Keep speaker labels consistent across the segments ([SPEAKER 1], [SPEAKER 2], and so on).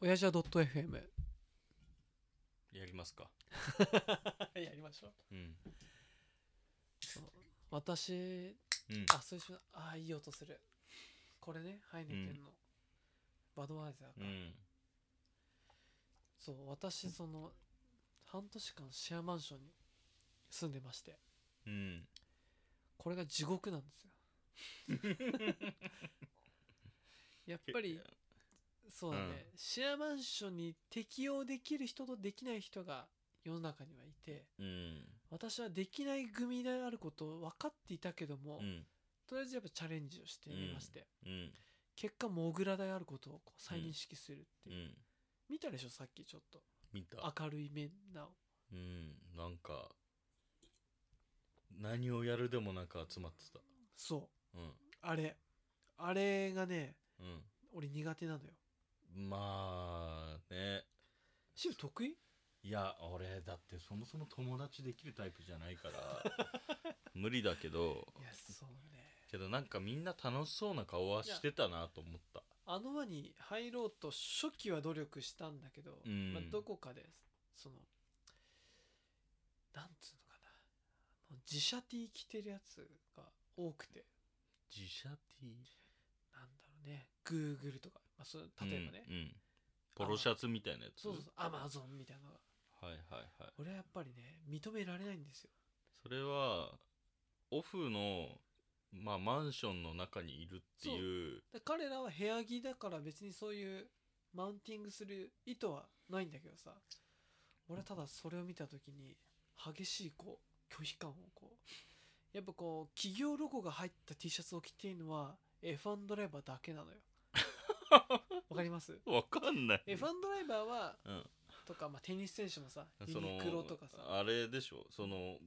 [SPEAKER 1] 親父は .fm
[SPEAKER 2] やりますか。
[SPEAKER 1] やりましょう
[SPEAKER 2] うん。
[SPEAKER 1] 私
[SPEAKER 2] うん。
[SPEAKER 1] あそうしようあーいい音するこれねハイネケンの、バドワイザーか、
[SPEAKER 2] うん。
[SPEAKER 1] そう私その半年間シェアマンションに住んでまして
[SPEAKER 2] うん。
[SPEAKER 1] これが地獄なん ですよやっぱりそうだね、シェアマンションに適応できる人とできない人が世の中にはいて
[SPEAKER 2] うん。
[SPEAKER 1] 私はできない組であることを分かっていたけども、
[SPEAKER 2] うん。
[SPEAKER 1] とりあえずやっぱチャレンジをしてみまして、
[SPEAKER 2] うん。
[SPEAKER 1] 結果モグラであることをこう再認識するって
[SPEAKER 2] う
[SPEAKER 1] いう、
[SPEAKER 2] ん。
[SPEAKER 1] 見たでしょさっきちょっと
[SPEAKER 2] 見た。
[SPEAKER 1] 明るい面なお
[SPEAKER 2] うん。なんか、何をやるでもなんか集まってた。
[SPEAKER 1] そう
[SPEAKER 2] うん。
[SPEAKER 1] あれあれがね俺苦手なのよ
[SPEAKER 2] うん。まあ、ね。
[SPEAKER 1] シル得意
[SPEAKER 2] いや、俺、だってそもそも友達できるタイプじゃな いから、無理だけど、
[SPEAKER 1] いやそうね
[SPEAKER 2] けどなんかみんな楽しそうな顔はしてたなと思った。
[SPEAKER 1] あの輪に入ろうと初期は努力したんだけど、
[SPEAKER 2] うん
[SPEAKER 1] まあ、どこかでそのなんつうのかなあの自社 T 着てるやつが多くて
[SPEAKER 2] 自社 T?
[SPEAKER 1] なんだろうね Google とか、まあ、その例えばね、
[SPEAKER 2] うん。うんポロシャツみたいなやつ。
[SPEAKER 1] そうそうそう Amazon みたいなのが
[SPEAKER 2] はいはいはい。
[SPEAKER 1] 俺はやっぱりね認められないんですよ
[SPEAKER 2] それはオフの、まあ、マンションの中にいるっていう
[SPEAKER 1] で彼らは部屋着だから別にそういうマウンティングする意図はないんだけどさ俺はただそれを見た時に激しいこう拒否感をこうやっぱこう企業ロゴが入った T シャツを着ているのは F1 ドライバーだけなの よわかります
[SPEAKER 2] わかんない
[SPEAKER 1] F1 ドライバーは
[SPEAKER 2] うん、
[SPEAKER 1] とか、まあ、テニス選手もさユ
[SPEAKER 2] その
[SPEAKER 1] ニクロとかさ
[SPEAKER 2] あれでしょその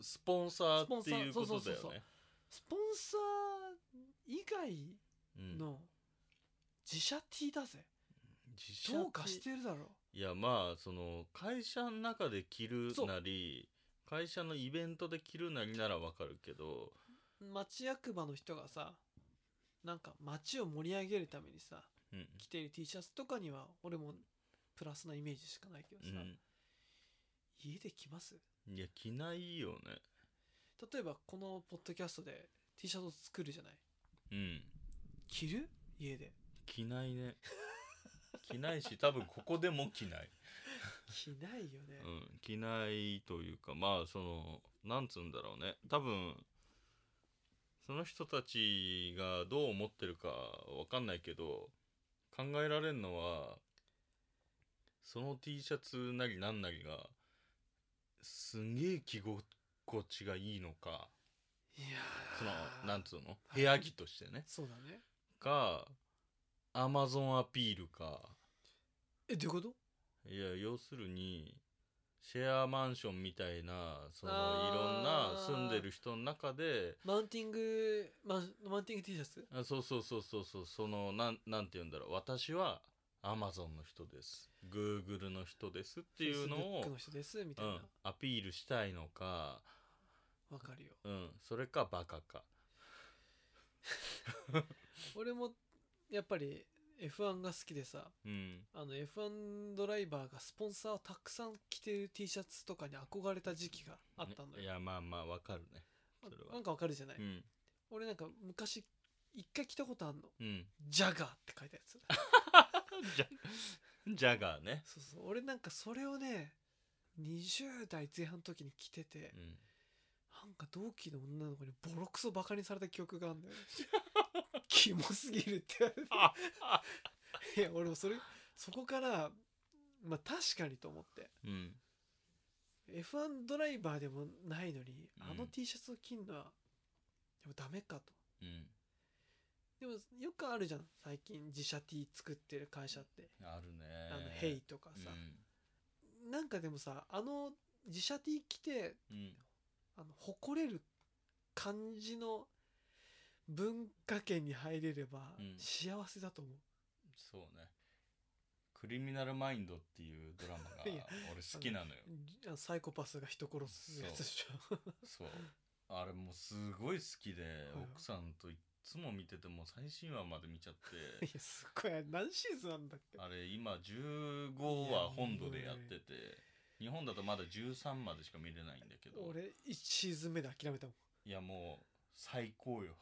[SPEAKER 2] スポンサーってい
[SPEAKER 1] スポンサー
[SPEAKER 2] うことだよ
[SPEAKER 1] そうそうそう
[SPEAKER 2] ね
[SPEAKER 1] スポンサー以外
[SPEAKER 2] うん
[SPEAKER 1] の自社 T だぜ
[SPEAKER 2] 自社
[SPEAKER 1] どうかしてるだろう
[SPEAKER 2] いやまあその会社の中で着る
[SPEAKER 1] そう
[SPEAKER 2] なり会社のイベントで着るなりならわかるけど
[SPEAKER 1] 町役場の人がさなんか町を盛り上げるためにさ
[SPEAKER 2] うん
[SPEAKER 1] 着てる T シャツとかには俺もプラスなイメージしかないけどさ、家で着ます
[SPEAKER 2] うんいや着ないよね
[SPEAKER 1] 例えばこのポッドキャストで T シャツを作るじゃない
[SPEAKER 2] うん
[SPEAKER 1] 着る家で
[SPEAKER 2] 着ないね 着ないし多分ここでも着ない
[SPEAKER 1] 着ないよね、
[SPEAKER 2] うん、着ないというかまあそのなんつうんだろうね多分その人たちがどう思ってるかわかんないけど考えられるのはその T シャツなりなんなりがすんげえ着心地がいいのか
[SPEAKER 1] いやー
[SPEAKER 2] そのなんつうの部屋着としてね
[SPEAKER 1] そうだね
[SPEAKER 2] かアマゾンアピールか
[SPEAKER 1] えどういうこと
[SPEAKER 2] いや要するにシェアマンションみたいなそのい
[SPEAKER 1] あー
[SPEAKER 2] ろんな住んでる人の中で
[SPEAKER 1] マウンティングマンマウンティング T シャツ
[SPEAKER 2] あそうそうそうそうそうそのなんなんて言うんだろう私はアマゾンの人ですグーグルの人ですっていうの
[SPEAKER 1] Facebook
[SPEAKER 2] を
[SPEAKER 1] の、人ですみ
[SPEAKER 2] う
[SPEAKER 1] たいな、
[SPEAKER 2] ん、アピールしたいのか、
[SPEAKER 1] わかるよ
[SPEAKER 2] うん、それかバカか
[SPEAKER 1] 俺もやっぱり F1 が好きでさ、
[SPEAKER 2] うん
[SPEAKER 1] あの F1 ドライバーがスポンサーをたくさん着てる T シャツとかに憧れた時期があったの
[SPEAKER 2] い
[SPEAKER 1] よ。
[SPEAKER 2] やまあまあわかるねそれは
[SPEAKER 1] なんかわかるじゃない、
[SPEAKER 2] うん
[SPEAKER 1] 俺なんか昔一回着たことあんの。
[SPEAKER 2] うん
[SPEAKER 1] ジャガーって書いたや つ。
[SPEAKER 2] ジャジャガーね
[SPEAKER 1] そうそう。俺なんかそれをね、20代前半の時に着てて、
[SPEAKER 2] うん
[SPEAKER 1] なんか同期の女の子にボロクソバカにされた記憶があるん だよね。キモすぎるって言われて。いや、俺もそれ、そこから、まあ確かにと思って。
[SPEAKER 2] うん、
[SPEAKER 1] F1 ドライバーでもないのに、
[SPEAKER 2] うん
[SPEAKER 1] あの T シャツを着るのはでもダメかと
[SPEAKER 2] うん、
[SPEAKER 1] でもよくあるじゃん最近自社 T 作ってる会社って、
[SPEAKER 2] あるね
[SPEAKER 1] あのヘイとかさ
[SPEAKER 2] う、
[SPEAKER 1] なんかでもさあの自社 T 着て
[SPEAKER 2] んうん
[SPEAKER 1] あの誇れる感じの文化圏に入れれば
[SPEAKER 2] うん
[SPEAKER 1] 幸せだと思う、
[SPEAKER 2] そうね。クリミナルマインドっていうドラマ が
[SPEAKER 1] いや
[SPEAKER 2] 俺好きなのよ。
[SPEAKER 1] じあのサイコパスが人殺すやつでしょ
[SPEAKER 2] そう。あれもうすごい好きで、
[SPEAKER 1] はい
[SPEAKER 2] 奥さんと一つも見てても最新話まで見ちゃっ
[SPEAKER 1] い
[SPEAKER 2] て
[SPEAKER 1] やすごい何シーズンなんだっけ
[SPEAKER 2] あれ今15話本土でやってて日本だとまだ13までしか見れないんだけど
[SPEAKER 1] 俺1シーズン目で諦めたもん
[SPEAKER 2] いやもう最高よ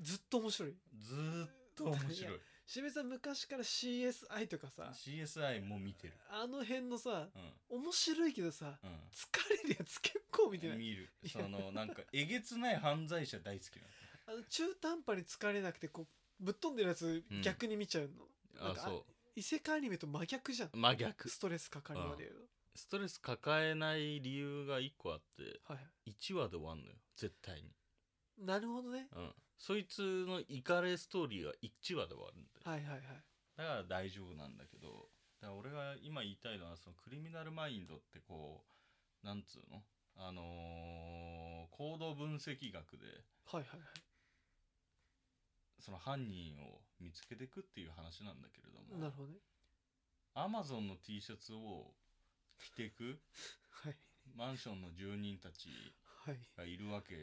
[SPEAKER 1] ずっと面白い
[SPEAKER 2] ずーっと 面白い
[SPEAKER 1] 渋谷さん昔から CSI とかさ
[SPEAKER 2] CSI も見てる
[SPEAKER 1] あの辺のさ
[SPEAKER 2] うん
[SPEAKER 1] 面白いけどさ
[SPEAKER 2] うん
[SPEAKER 1] 疲れるやつ結構見てない
[SPEAKER 2] 見るそのなんかえげつない犯罪者大好き
[SPEAKER 1] あの中途半端に疲れなくてこうぶっ飛んでるやつ
[SPEAKER 2] うん
[SPEAKER 1] 逆に見ちゃうの、な
[SPEAKER 2] なの
[SPEAKER 1] ん
[SPEAKER 2] あ
[SPEAKER 1] か
[SPEAKER 2] そ
[SPEAKER 1] 異世界アニメと真逆じゃん
[SPEAKER 2] う真逆
[SPEAKER 1] ストレスかかるまで言う
[SPEAKER 2] ストレス抱えない理由が1個あって
[SPEAKER 1] とはい
[SPEAKER 2] 1話で終わんのよ絶対に、
[SPEAKER 1] なるほどね
[SPEAKER 2] うん、そいつのイカレストーリーが1話で終わるんだよ
[SPEAKER 1] はいはいはい
[SPEAKER 2] だから大丈夫なんだけどだから俺が今言いたいのはそのクリミナルマインドってこうなんつうのあのー行動分析学で
[SPEAKER 1] はいはいはい
[SPEAKER 2] その犯人を見つけていくっていう話なんだけれど
[SPEAKER 1] なる
[SPEAKER 2] も
[SPEAKER 1] ほどね
[SPEAKER 2] アマゾンの T シャツを着てく
[SPEAKER 1] はい
[SPEAKER 2] マンションの住人たち
[SPEAKER 1] はい
[SPEAKER 2] がいるわけ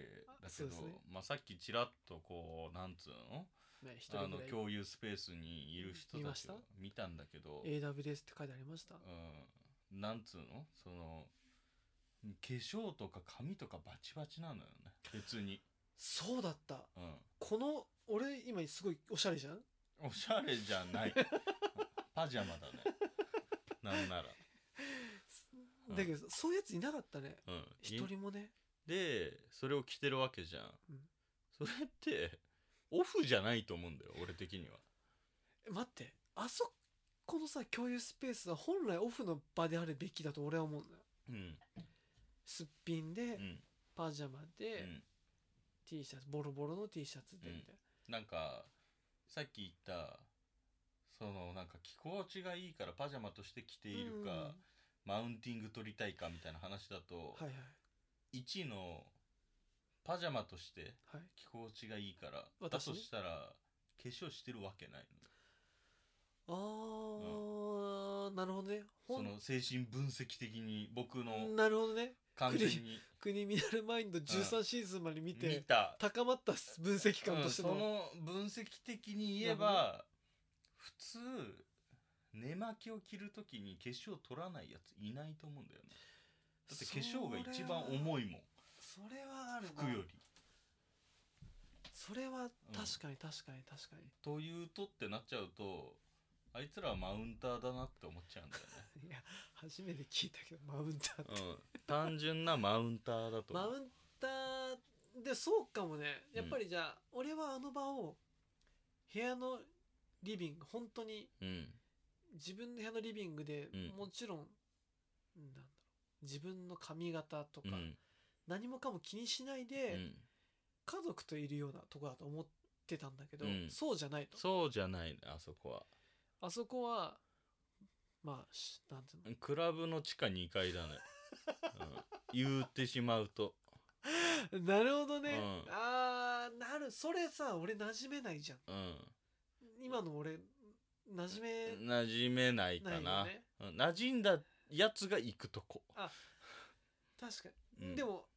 [SPEAKER 2] だ
[SPEAKER 1] あ
[SPEAKER 2] け
[SPEAKER 1] そう
[SPEAKER 2] ど、
[SPEAKER 1] ですね
[SPEAKER 2] まあ、さっきちらっとこうなんつうの
[SPEAKER 1] ね一人
[SPEAKER 2] あの
[SPEAKER 1] ぐらい
[SPEAKER 2] 共有スペースにいる人
[SPEAKER 1] 見
[SPEAKER 2] た
[SPEAKER 1] ま
[SPEAKER 2] ち
[SPEAKER 1] した
[SPEAKER 2] を見たんだけど、
[SPEAKER 1] AWS って書いてありました
[SPEAKER 2] うん、なんつうのその化粧とか髪とかバチバチなのよね別に、
[SPEAKER 1] そうだった
[SPEAKER 2] う
[SPEAKER 1] この俺今すごいおしゃれじゃん
[SPEAKER 2] ん、おしゃれじゃない パジャマだねなんなら、うん
[SPEAKER 1] だけどそういうやついなかったね
[SPEAKER 2] うん、
[SPEAKER 1] 一人もね
[SPEAKER 2] でそれを着てるわけじゃん、
[SPEAKER 1] うん
[SPEAKER 2] それってオフじゃないと思うんだよ俺的には
[SPEAKER 1] え待ってあそこのさ共有スペースは本来オフの場であるべきだと俺は思うんだよ
[SPEAKER 2] うん
[SPEAKER 1] すっぴん
[SPEAKER 2] う
[SPEAKER 1] で
[SPEAKER 2] ん
[SPEAKER 1] パジャマ
[SPEAKER 2] う
[SPEAKER 1] で
[SPEAKER 2] ん
[SPEAKER 1] T シャツボロボロの T シャツでみたい
[SPEAKER 2] なんかさっき言ったそのなんか着心地がいいからパジャマとして着て
[SPEAKER 1] ない
[SPEAKER 2] る
[SPEAKER 1] うん
[SPEAKER 2] か、マウンティング取りたいかみたいな話だと、
[SPEAKER 1] はいはい
[SPEAKER 2] 1のパジャマとして
[SPEAKER 1] はい
[SPEAKER 2] 着心地がいいからだ
[SPEAKER 1] 私ね
[SPEAKER 2] としたら化粧してるわけない
[SPEAKER 1] あーなるほどね
[SPEAKER 2] の
[SPEAKER 1] ほん
[SPEAKER 2] その精神分析的に僕の
[SPEAKER 1] なるほどね
[SPEAKER 2] 完全に
[SPEAKER 1] 国ミナルマインド13シーズンまで見
[SPEAKER 2] 見
[SPEAKER 1] て
[SPEAKER 2] た
[SPEAKER 1] 高まった分析官として
[SPEAKER 2] うんそ
[SPEAKER 1] の
[SPEAKER 2] の分析的に言え
[SPEAKER 1] な
[SPEAKER 2] ば普通寝巻きを着るときに化粧取らないやついないと思うんだよねだって化粧が一番重いもん
[SPEAKER 1] それはある
[SPEAKER 2] 服よ
[SPEAKER 1] な
[SPEAKER 2] り
[SPEAKER 1] それは確かに確かに確かに
[SPEAKER 2] というとってなっちゃうとあいつらはマウンターだなって思っちゃうんだよ
[SPEAKER 1] いや初めて聞いたけどマウンターって
[SPEAKER 2] ね、うん、単純なマウンターだと
[SPEAKER 1] マ
[SPEAKER 2] 思
[SPEAKER 1] ウ
[SPEAKER 2] う
[SPEAKER 1] ンターでそうかもねやっぱりじゃあ、俺はあの場を部屋のリビング本当に
[SPEAKER 2] うん
[SPEAKER 1] 自分の部屋のリビングで、
[SPEAKER 2] うん
[SPEAKER 1] もちろんなんだろう自分の髪型とか、
[SPEAKER 2] うん
[SPEAKER 1] 何もかも気にしないで、
[SPEAKER 2] うん
[SPEAKER 1] 家族といるようなとこだと思ってたんだけど、
[SPEAKER 2] うん
[SPEAKER 1] そうじゃないと
[SPEAKER 2] そうじゃないねあそこは
[SPEAKER 1] あそこはまあしなんていうの
[SPEAKER 2] クラブの地下2階だね、うん、言ってしまうと
[SPEAKER 1] なるほどね、
[SPEAKER 2] うん
[SPEAKER 1] あーなるそれさ俺馴染めないじゃん
[SPEAKER 2] うん
[SPEAKER 1] 今の俺馴染め
[SPEAKER 2] 馴染めないか
[SPEAKER 1] ないよ
[SPEAKER 2] な、
[SPEAKER 1] ね
[SPEAKER 2] うん馴染んだやつが行くとこ、
[SPEAKER 1] 確か
[SPEAKER 2] う
[SPEAKER 1] に、
[SPEAKER 2] ん
[SPEAKER 1] でも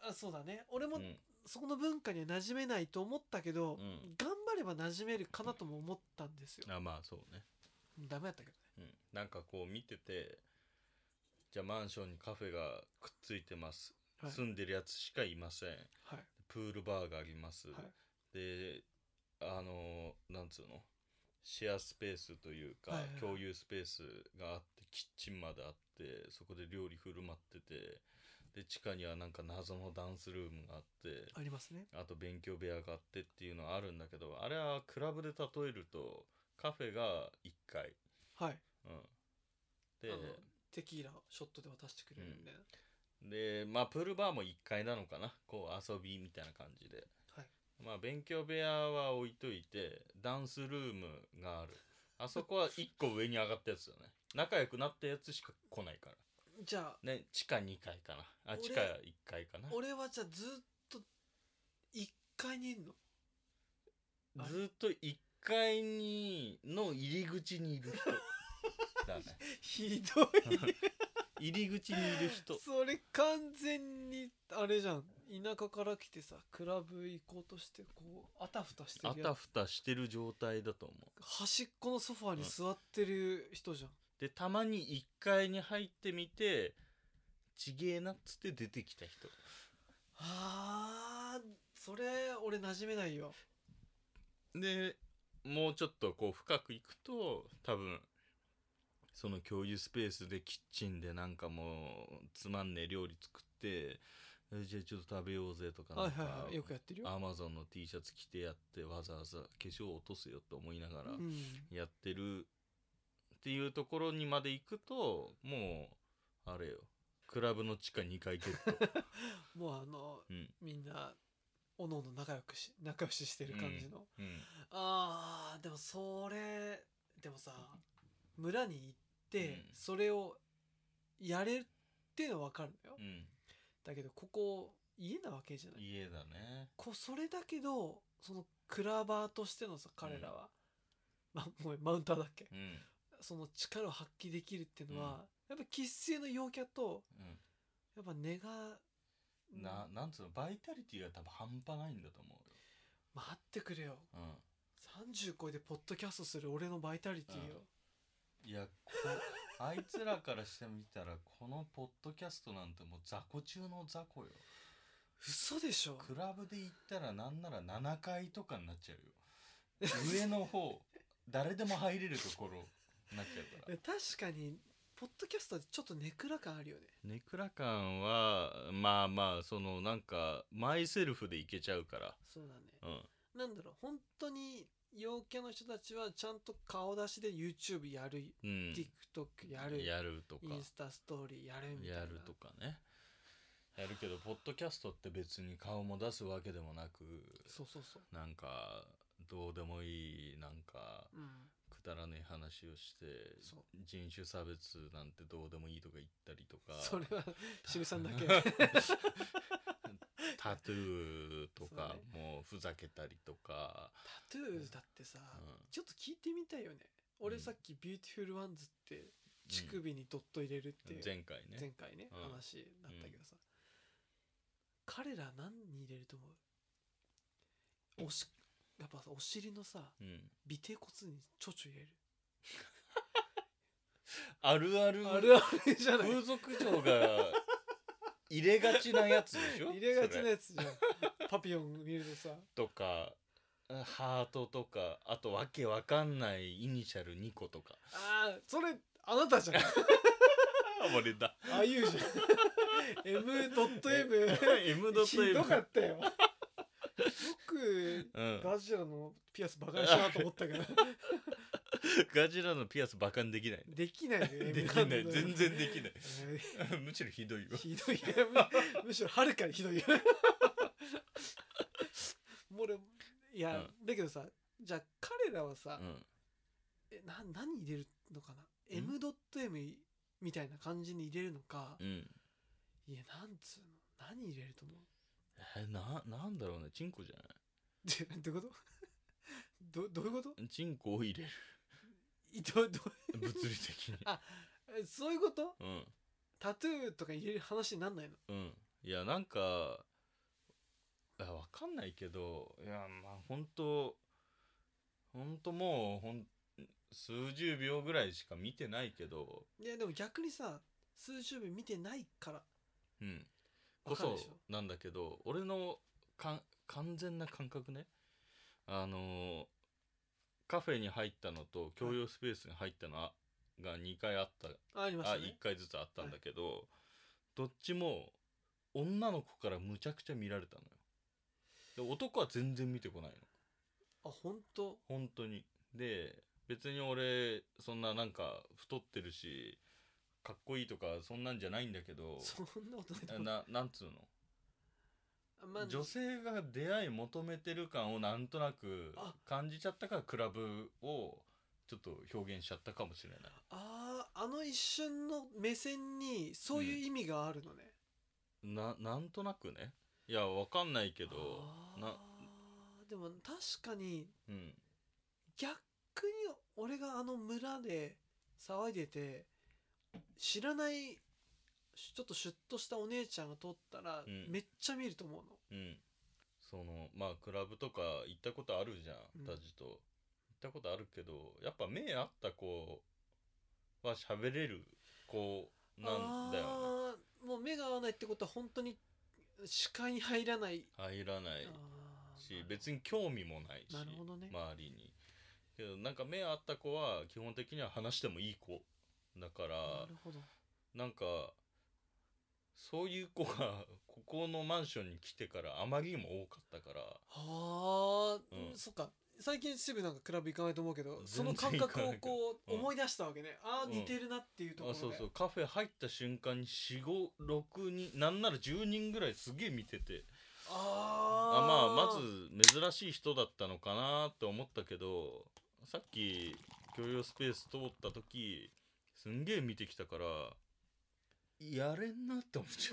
[SPEAKER 1] あそうだね俺
[SPEAKER 2] う
[SPEAKER 1] も
[SPEAKER 2] ん
[SPEAKER 1] そこの文化には馴染めないと思ったけど、
[SPEAKER 2] うん
[SPEAKER 1] 頑張れば馴染めるかなとも思ったんですよ、
[SPEAKER 2] あまあそうね、
[SPEAKER 1] ダメだったけどね
[SPEAKER 2] うん、なんかこう見ててじゃあマンションにカフェがくっついてます、
[SPEAKER 1] はい、
[SPEAKER 2] 住んでるやつしかいません
[SPEAKER 1] はい
[SPEAKER 2] プールバーがあります、
[SPEAKER 1] はい
[SPEAKER 2] であのなんつうのシェアスペースというか、
[SPEAKER 1] はいはいはい
[SPEAKER 2] 共有スペースがあってキッチンまであってそこで料理振る舞っててで地下にはなんか謎のダンスルームがあって
[SPEAKER 1] ありますね
[SPEAKER 2] あと勉強部屋があってっていうのはあるんだけどあれはクラブで例えるとカフェが1階、
[SPEAKER 1] はい
[SPEAKER 2] うん、
[SPEAKER 1] あ
[SPEAKER 2] で
[SPEAKER 1] のテキーラショットで渡してくれるんで、
[SPEAKER 2] でまあプールバーも1階なのかなこう遊びみたいな感じで
[SPEAKER 1] はい
[SPEAKER 2] まあ勉強部屋は置いといてダンスルームがあるあそこは1個上に上がったやつだね仲良くなったやつしか来ないか
[SPEAKER 1] じゃあ
[SPEAKER 2] らね地下2階かなあ
[SPEAKER 1] 俺
[SPEAKER 2] 地下1階かな
[SPEAKER 1] 俺はじゃあずっと1階にいん のあれ
[SPEAKER 2] ずっと1階にの入り口にいる人だね
[SPEAKER 1] ひどい
[SPEAKER 2] 入り口にいる人
[SPEAKER 1] それ完全にあれじゃん田舎から来てさクラブ行こうとしてこうあたふたして
[SPEAKER 2] あ
[SPEAKER 1] るや
[SPEAKER 2] たふたしてる状態だと思う
[SPEAKER 1] 端っこのソファーに座ってる人じゃん、
[SPEAKER 2] でたまに1階に入ってみてちげえなっつって出てきた人
[SPEAKER 1] あーそれ俺馴染めないよ
[SPEAKER 2] でもうちょっとこう深くいくと多分その共有スペースでキッチンでなんかもうつまんねえ料理作ってえじゃあちょっと食べようぜとか
[SPEAKER 1] は
[SPEAKER 2] ないんか、
[SPEAKER 1] はいはいよくやってるよ、
[SPEAKER 2] アマゾンの T シャツ着てやってわざわざ化粧落とせよと思いながら
[SPEAKER 1] うん、
[SPEAKER 2] やってるっていうところにまで行くともうあれよクラブの地下2階ゲ ット、
[SPEAKER 1] もうあの
[SPEAKER 2] うん
[SPEAKER 1] みんなおのおの仲良くし仲良ししてる感じの、
[SPEAKER 2] うん
[SPEAKER 1] あーでもそれでもさ村に行って、
[SPEAKER 2] うん
[SPEAKER 1] それをやれるっていうのは分かるんだよ、
[SPEAKER 2] うん、
[SPEAKER 1] だけどここ家なわけじゃない
[SPEAKER 2] 家だね
[SPEAKER 1] こそれだけどそのクラバーとしてのさ彼らは、まもうマウンターだっけ
[SPEAKER 2] うん
[SPEAKER 1] その力を発揮できるっていうのは、やっぱ生粋の陽キャと
[SPEAKER 2] うん
[SPEAKER 1] やっぱ根が
[SPEAKER 2] ななんつうのバイタリティが多分半端ないんだと思
[SPEAKER 1] 待ってくれよ
[SPEAKER 2] うよ、
[SPEAKER 1] 30超えてポッドキャストする俺のバイタリティよ、
[SPEAKER 2] うん、いやこあいつらからしてみたらこのポッドキャストなんてもう雑魚中の雑魚よ
[SPEAKER 1] 嘘でしょ
[SPEAKER 2] クラブで行ったらなんなら7階とかになっちゃうよ上の方誰でも入れるところになっちゃうから
[SPEAKER 1] 確かにポッドキャストってちょっとネクラ感あるよね
[SPEAKER 2] ネクラ感はまあまあそのなんかマイセルフで行けちゃうから
[SPEAKER 1] そうだね
[SPEAKER 2] うん
[SPEAKER 1] なんだろう本当に陽キャの人たちはちゃんと顔出しで YouTube やる、
[SPEAKER 2] うん
[SPEAKER 1] TikTok やる
[SPEAKER 2] やるとか
[SPEAKER 1] インスタストーリーやるみたいな
[SPEAKER 2] やるとかねやるけどポッドキャストって別に顔も出すわけでもなく
[SPEAKER 1] そうそうそう
[SPEAKER 2] なんかどうでもいいなんか
[SPEAKER 1] うん
[SPEAKER 2] くだらねえ話をして
[SPEAKER 1] そう
[SPEAKER 2] 人種差別なんてどうでもいいとか言ったりとか
[SPEAKER 1] それ は渋さんだけ
[SPEAKER 2] タトゥーとか
[SPEAKER 1] そう
[SPEAKER 2] もうふざけたりとか、
[SPEAKER 1] タトゥーだってさ、
[SPEAKER 2] うん
[SPEAKER 1] ちょっと聞いてみたいよね俺さっき「ビューティフルワンズ」って乳首にドット入れるっていう、
[SPEAKER 2] 前回ね
[SPEAKER 1] 前回ね、
[SPEAKER 2] うん
[SPEAKER 1] 話だったけどさ、彼ら何に入れると思うおしやっぱさお尻のさ
[SPEAKER 2] うん、
[SPEAKER 1] 尾てい骨にちょちょ入れる
[SPEAKER 2] あるある
[SPEAKER 1] あるあるじゃない
[SPEAKER 2] 風俗嬢が入れがちなやつでしょ
[SPEAKER 1] 入れがち
[SPEAKER 2] そ
[SPEAKER 1] なやつじゃ んパピヨン見るとさ
[SPEAKER 2] とかハートとかあとわけわかんないイニシャル2個とか
[SPEAKER 1] ああそれあなたじゃんあ
[SPEAKER 2] 俺だ
[SPEAKER 1] あいうじゃん M.M
[SPEAKER 2] M ド
[SPEAKER 1] ひどか
[SPEAKER 2] ッ
[SPEAKER 1] ったよよく
[SPEAKER 2] ト M
[SPEAKER 1] ガジラのピアスバカにしたなと思 ったけど
[SPEAKER 2] ガジラのピアスバカにできない
[SPEAKER 1] できないね
[SPEAKER 2] できない全然でき ない
[SPEAKER 1] え
[SPEAKER 2] むしろひどいよ
[SPEAKER 1] ーひどいよむむしろはるかにひどいよもう俺いや、だけどさじゃあ彼らはさ、
[SPEAKER 2] うん
[SPEAKER 1] えな何入れるのかな M.M みたいな感じに入れるのか、
[SPEAKER 2] うん
[SPEAKER 1] いやなんつうの何入れると思う
[SPEAKER 2] えななんだろうねチンコじゃな
[SPEAKER 1] でどういうことどどういうこと
[SPEAKER 2] いチンコを入れる
[SPEAKER 1] いどど
[SPEAKER 2] 物理的に
[SPEAKER 1] えそういうこと
[SPEAKER 2] うん
[SPEAKER 1] タトゥーとか入れる話になんないの
[SPEAKER 2] うんいやなんかあわかんないけどいやまあ本当本当もうほん数十秒ぐらいしか見てないけど、
[SPEAKER 1] いやでも逆にさ数十秒見てないから
[SPEAKER 2] うん、こ
[SPEAKER 1] わかる
[SPEAKER 2] そ
[SPEAKER 1] でしょ
[SPEAKER 2] なんだけど俺のかん完全な感覚ねあのーカフェに入ったのと共用スペースに入ったのあが2回あった
[SPEAKER 1] あありまし
[SPEAKER 2] あ
[SPEAKER 1] た
[SPEAKER 2] 1
[SPEAKER 1] ね
[SPEAKER 2] 回ずつあったんだけど、どっちも女の子からむちゃくちゃ見られたのよで男は全然見てこないの
[SPEAKER 1] あ本当
[SPEAKER 2] 本当にで別に俺そんななんか太ってるしかっこいいとかそんなんじゃないんだけど
[SPEAKER 1] そんなことないと思う
[SPEAKER 2] ななんつうの、
[SPEAKER 1] まあ
[SPEAKER 2] 女性が出会い求めてる感をなんとなく
[SPEAKER 1] あ
[SPEAKER 2] 感じちゃったからクラブをちょっと表現しちゃったかもしれない
[SPEAKER 1] あーあの一瞬の目線にそういう意味があるのね、
[SPEAKER 2] ななんとなくねいやわかんないけど
[SPEAKER 1] あー
[SPEAKER 2] な
[SPEAKER 1] でも確かに
[SPEAKER 2] うん
[SPEAKER 1] 逆に俺があの村で騒いでて知らないしちょっとシュッとしたお姉ちゃんが撮ったら、
[SPEAKER 2] うん
[SPEAKER 1] めっちゃ見ると思うの
[SPEAKER 2] うんそのまあクラブとか行ったことあるじゃ
[SPEAKER 1] うん
[SPEAKER 2] んタジと、行ったことあるけどやっぱ目合った子は喋れる子なんだよね
[SPEAKER 1] あーもう目が合わないってことは本当に視界に入らない、
[SPEAKER 2] 入らない
[SPEAKER 1] あー
[SPEAKER 2] し別に興味もないし
[SPEAKER 1] なるほどね
[SPEAKER 2] 周りにけどなんか目合った子は基本的には話してもいい子だか
[SPEAKER 1] な
[SPEAKER 2] ら
[SPEAKER 1] るほど
[SPEAKER 2] なんかそういう子がここのマンションに来てからあまりにも多かったから
[SPEAKER 1] はあ、
[SPEAKER 2] うん
[SPEAKER 1] うんそっか最近渋谷なんかクラブ行かないと思うけどその感
[SPEAKER 2] 全然行
[SPEAKER 1] 覚
[SPEAKER 2] か
[SPEAKER 1] を
[SPEAKER 2] ないけど
[SPEAKER 1] こう
[SPEAKER 2] うん
[SPEAKER 1] 思い出したわけね、ああ
[SPEAKER 2] うん
[SPEAKER 1] 似てるなっていうところ
[SPEAKER 2] あ
[SPEAKER 1] で、
[SPEAKER 2] そうそうカフェ入った瞬間に456人なんなら10人ぐらいすげえ見ててあ
[SPEAKER 1] あ
[SPEAKER 2] まあ
[SPEAKER 1] ー
[SPEAKER 2] まず珍しい人だったのかなって思ったけどさっき共用スペース通った時すんげえ見てきたからやれんなって思っち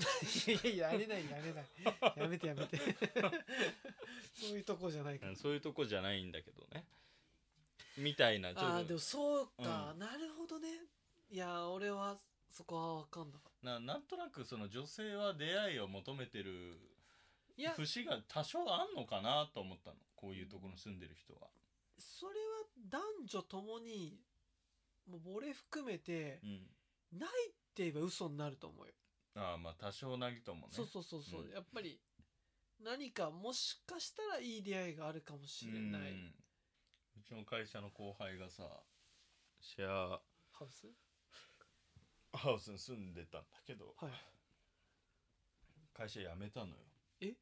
[SPEAKER 2] ゃう
[SPEAKER 1] いややれないやれない やめてやめてそういうとこじゃないか
[SPEAKER 2] う
[SPEAKER 1] ら
[SPEAKER 2] ん そういうとこじゃないんだけどねみたいなちょ
[SPEAKER 1] あー
[SPEAKER 2] っ
[SPEAKER 1] で
[SPEAKER 2] と
[SPEAKER 1] もそうか、
[SPEAKER 2] う
[SPEAKER 1] なるほどねいや俺はそこは分かんなかっ
[SPEAKER 2] ななんとなくその女性は出会いを求めてる
[SPEAKER 1] たいや
[SPEAKER 2] 節が多少あんのかなと思ったのこういうところに住んでる人は。
[SPEAKER 1] それは男女ともにもう俺含めて
[SPEAKER 2] うん
[SPEAKER 1] ないって言えば嘘になると思うよ、
[SPEAKER 2] ああまあ多少なりともね
[SPEAKER 1] そうそうそうそう、
[SPEAKER 2] うん
[SPEAKER 1] やっぱり何かもしかしたらいい出会いがあるかもしれな
[SPEAKER 2] う
[SPEAKER 1] い
[SPEAKER 2] んうちの会社の後輩がさシェア
[SPEAKER 1] ハウス
[SPEAKER 2] ハウスに住んでたんだけど
[SPEAKER 1] はい
[SPEAKER 2] 会社辞めたのよ
[SPEAKER 1] え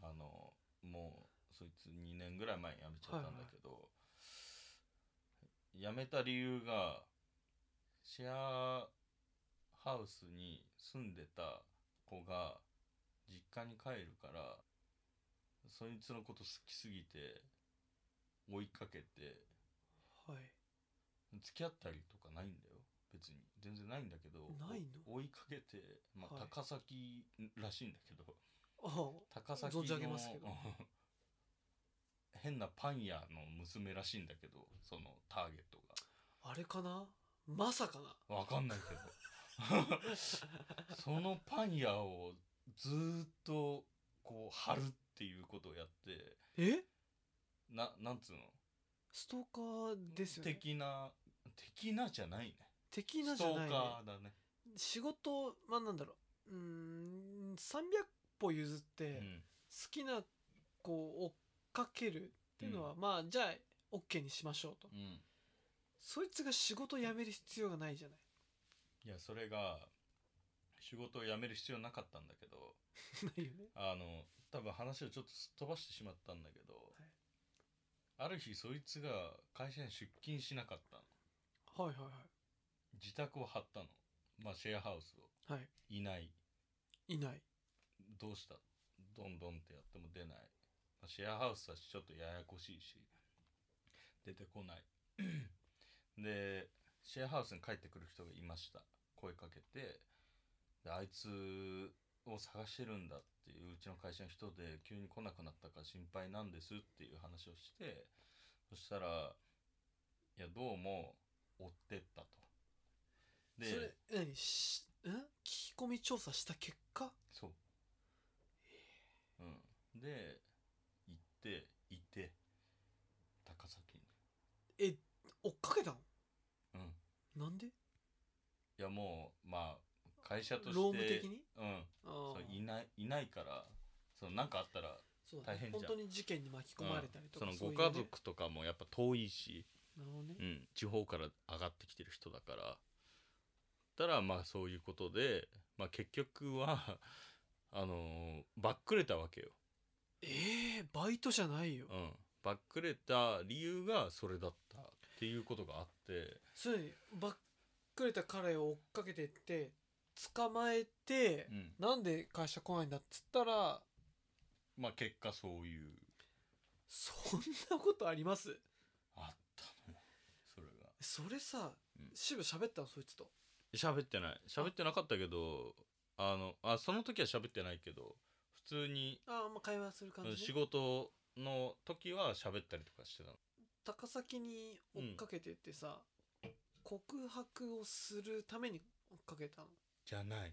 [SPEAKER 2] あのもうそいつ2年ぐらい前に辞めちゃったんだけど、辞めた理由がシェアハウスに住んでた子が実家に帰るからそいつのこと好きすぎて追いかけて
[SPEAKER 1] はい
[SPEAKER 2] 付き合ったりとかないんだよ別に全然ないんだけど
[SPEAKER 1] ないの
[SPEAKER 2] お追いかけて、まあ
[SPEAKER 1] はい
[SPEAKER 2] 高崎らしいんだけど、
[SPEAKER 1] ああ
[SPEAKER 2] 高崎
[SPEAKER 1] 存じ上げますけど
[SPEAKER 2] 変なパン屋の娘らしいんだけどそのターゲット
[SPEAKER 1] あれかなまさかな
[SPEAKER 2] がわかんないけど そのパン屋をずーっとこう貼るっていうことをやって
[SPEAKER 1] え
[SPEAKER 2] ななんつうの
[SPEAKER 1] ストーカーですよね
[SPEAKER 2] 的な的なじゃないね
[SPEAKER 1] 的な
[SPEAKER 2] ス
[SPEAKER 1] じ
[SPEAKER 2] ト
[SPEAKER 1] ゃない、
[SPEAKER 2] ー
[SPEAKER 1] ね、
[SPEAKER 2] カーだね
[SPEAKER 1] 仕事はなんだろううーん300歩譲って、
[SPEAKER 2] うん
[SPEAKER 1] 好きな子を追っかけるっていうのは、まあじゃあ OK にしましょうと、
[SPEAKER 2] うん
[SPEAKER 1] そいつが仕事辞める必要がないじゃない
[SPEAKER 2] いやそれが仕事を辞める必要なかったんだけど
[SPEAKER 1] ない よね
[SPEAKER 2] あの多分話をちょっとすっ飛ばしてしまったんだけど、ある日そいつが会社に出勤しなかったの
[SPEAKER 1] はいはい
[SPEAKER 2] 自宅を張ったのまあシェアハウスを
[SPEAKER 1] はいはい
[SPEAKER 2] ない
[SPEAKER 1] いいない
[SPEAKER 2] どうしたどんどんってやっても出ない、まあシェアハウスだしちょっとややこしいし出てこない でシェアハウスに帰ってくる人がいました声かけてであいつを探してるんだっていううちの会社の人で急に来なくなったから心配なんですっていう話をしてそしたらいやどうも追ってったとで
[SPEAKER 1] それ何しん聞き込み調査した結果
[SPEAKER 2] そう。うん。で、行って、行って、高崎に。
[SPEAKER 1] え追っかけたの
[SPEAKER 2] うん。
[SPEAKER 1] なんで
[SPEAKER 2] いや、もう、まあ、会社として。
[SPEAKER 1] 労務的に
[SPEAKER 2] うん。
[SPEAKER 1] ああ
[SPEAKER 2] そういない、いないから、その、なんかあったら、
[SPEAKER 1] そうだね
[SPEAKER 2] 大変じゃ
[SPEAKER 1] 本
[SPEAKER 2] ん
[SPEAKER 1] 当に事件に巻き込まれたりとか、
[SPEAKER 2] うんそ
[SPEAKER 1] そうい
[SPEAKER 2] の
[SPEAKER 1] う
[SPEAKER 2] ご家
[SPEAKER 1] ね
[SPEAKER 2] 族とかもやっぱ遠いし、
[SPEAKER 1] なるほどね、
[SPEAKER 2] うん。地方から上がってきてる人だから。たら、まあ、そういうことで、まあ、結局は、あのーバックれたわけよ。
[SPEAKER 1] ええバイトじゃないよ、
[SPEAKER 2] うん、バックれた理由がそれだったっていうことがあって
[SPEAKER 1] それにバックれた彼を追っかけてって捕まえて、なんで会社来ないんだっつったら
[SPEAKER 2] まあ結果そういう
[SPEAKER 1] そんなことあります
[SPEAKER 2] あったのよそれが
[SPEAKER 1] それさ
[SPEAKER 2] うん
[SPEAKER 1] 渋喋ったのそいつと
[SPEAKER 2] 喋ってない喋ってなかったけどあのあその時は喋ってないけど普通に
[SPEAKER 1] ああまあ会話する感じ、ね、
[SPEAKER 2] 仕事の時は喋ったりとかしてたの
[SPEAKER 1] 高崎に追っかけてってさ、告白をするために追っかけたの
[SPEAKER 2] じゃない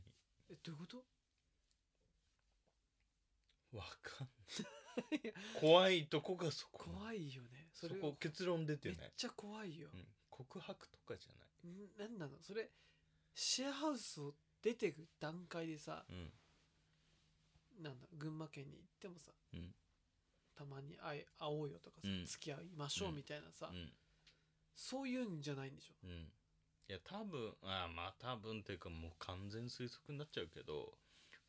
[SPEAKER 1] えどういうこと
[SPEAKER 2] わかんない怖いとこがそこ
[SPEAKER 1] 怖いよね
[SPEAKER 2] そ
[SPEAKER 1] それ
[SPEAKER 2] こ結論出て
[SPEAKER 1] めっ
[SPEAKER 2] ない、
[SPEAKER 1] ちゃ怖いよ
[SPEAKER 2] う、ん、告白とかじゃ
[SPEAKER 1] ん、なんなのそれシェアハウスを出てく段階でさ
[SPEAKER 2] ない、うん、
[SPEAKER 1] なんだ群馬県に行ってもさ、
[SPEAKER 2] うん
[SPEAKER 1] たまに会え会おうよとかさ、
[SPEAKER 2] うん
[SPEAKER 1] 付き合いましょうみたいなさ、
[SPEAKER 2] うん
[SPEAKER 1] そういうんじゃないんでしょ
[SPEAKER 2] うんいや多分あーまあ多分っていうかもう完全推測になっちゃうけど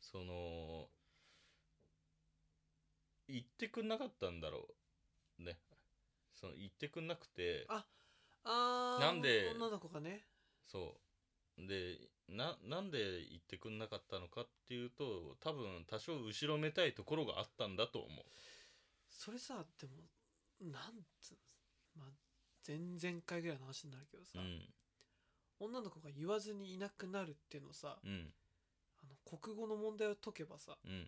[SPEAKER 2] その言ってくんなかったんだろうねその言ってくんなくて
[SPEAKER 1] ああー
[SPEAKER 2] なんで
[SPEAKER 1] 女の子がね
[SPEAKER 2] そうでななんで言ってくんなかったのかっていうと多分多少後ろめたいところがあったんだと思う
[SPEAKER 1] それさでもなんつうのまあ前々回ぐらいの話になるけどさ、
[SPEAKER 2] うん
[SPEAKER 1] 女の子が言わずにいなくなるっていうのさ、
[SPEAKER 2] うん
[SPEAKER 1] あの国語の問題を解けばさ
[SPEAKER 2] うん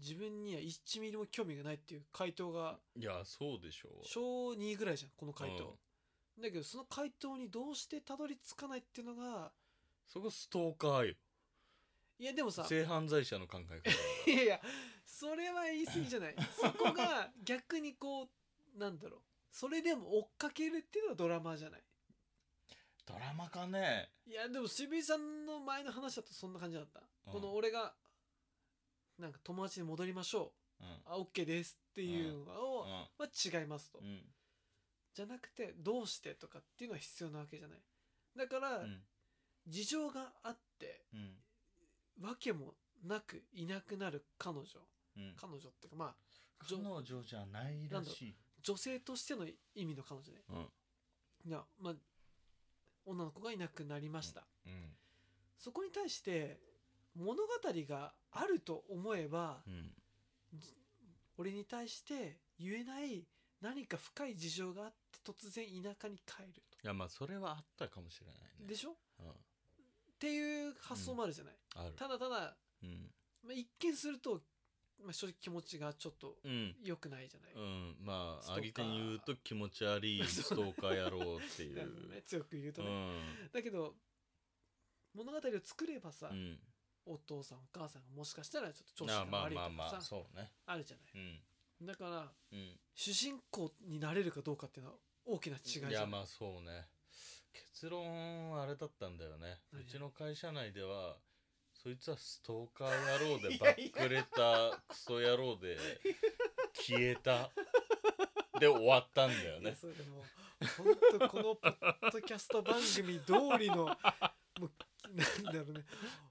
[SPEAKER 1] 自分には1ミリも興味がないっていう回答が
[SPEAKER 2] いやそうでしょう
[SPEAKER 1] 小2ぐらいじゃんこの回答、だけどその回答にどうしてたどり着かないっていうのが
[SPEAKER 2] そこストーカーよ
[SPEAKER 1] いやでもさ
[SPEAKER 2] 性犯罪者の考え 方
[SPEAKER 1] いやいやそれは言い過ぎじゃないそこが逆にこうなんだろうそれでも追っかけるっていうのはドラマじゃない
[SPEAKER 2] ドラマかね
[SPEAKER 1] いやでも渋井さんの前の話だとそんな感じだった、
[SPEAKER 2] うん
[SPEAKER 1] この俺がなんか友達に戻りましょ
[SPEAKER 2] うん
[SPEAKER 1] うあ OK ですっていうのを、
[SPEAKER 2] うん
[SPEAKER 1] まあ、違いますと、
[SPEAKER 2] うん
[SPEAKER 1] じゃなくてどうしてとかっていうのは必要なわけじゃないだから、
[SPEAKER 2] うん
[SPEAKER 1] 事情があって
[SPEAKER 2] うん
[SPEAKER 1] 訳もなくいなくなる彼女
[SPEAKER 2] うん
[SPEAKER 1] 彼女っていうかまあ
[SPEAKER 2] 彼女じゃないらしい
[SPEAKER 1] 女性としての意味の彼女ね
[SPEAKER 2] うん
[SPEAKER 1] いやまあ女の子がいなくなりました、
[SPEAKER 2] うん
[SPEAKER 1] そこに対して物語があると思えば、
[SPEAKER 2] うん
[SPEAKER 1] 俺に対して言えない何か深い事情があって突然田舎に帰る
[SPEAKER 2] いやまあそれはあったかもしれない
[SPEAKER 1] と、
[SPEAKER 2] ね
[SPEAKER 1] でしょっ
[SPEAKER 2] うん
[SPEAKER 1] ていう発想もあるじゃない、
[SPEAKER 2] ある
[SPEAKER 1] ただただ、
[SPEAKER 2] うん
[SPEAKER 1] まあ、一見すると、まあ、正直気持ちがちょっと
[SPEAKER 2] うん
[SPEAKER 1] 良くないじゃない、
[SPEAKER 2] うんま
[SPEAKER 1] ストーカー
[SPEAKER 2] ああげて言うと気持ち悪いストーカー野郎って い
[SPEAKER 1] なる
[SPEAKER 2] う
[SPEAKER 1] ほどね強く言うと
[SPEAKER 2] う
[SPEAKER 1] ね、
[SPEAKER 2] ん
[SPEAKER 1] だけど物語を作ればさ、
[SPEAKER 2] うん
[SPEAKER 1] お父さんお母さんがもしかしたらちょっと調子
[SPEAKER 2] あ
[SPEAKER 1] が
[SPEAKER 2] まあ
[SPEAKER 1] 悪いと
[SPEAKER 2] まあ
[SPEAKER 1] か
[SPEAKER 2] まあ
[SPEAKER 1] さ
[SPEAKER 2] そうね
[SPEAKER 1] あるじゃな
[SPEAKER 2] うん
[SPEAKER 1] いだから
[SPEAKER 2] うん
[SPEAKER 1] 主人公になれるかどうかっていうのは大きな違いじゃない
[SPEAKER 2] いやまあそうね結論あれだったんだよね
[SPEAKER 1] 何
[SPEAKER 2] うちの会社内ではそいつはストーカー野郎でバックレたクソ野郎で消えたで終わったんだよ
[SPEAKER 1] いや
[SPEAKER 2] ね
[SPEAKER 1] それもう本当このポッドキャスト番組通りのもうなんだろうね、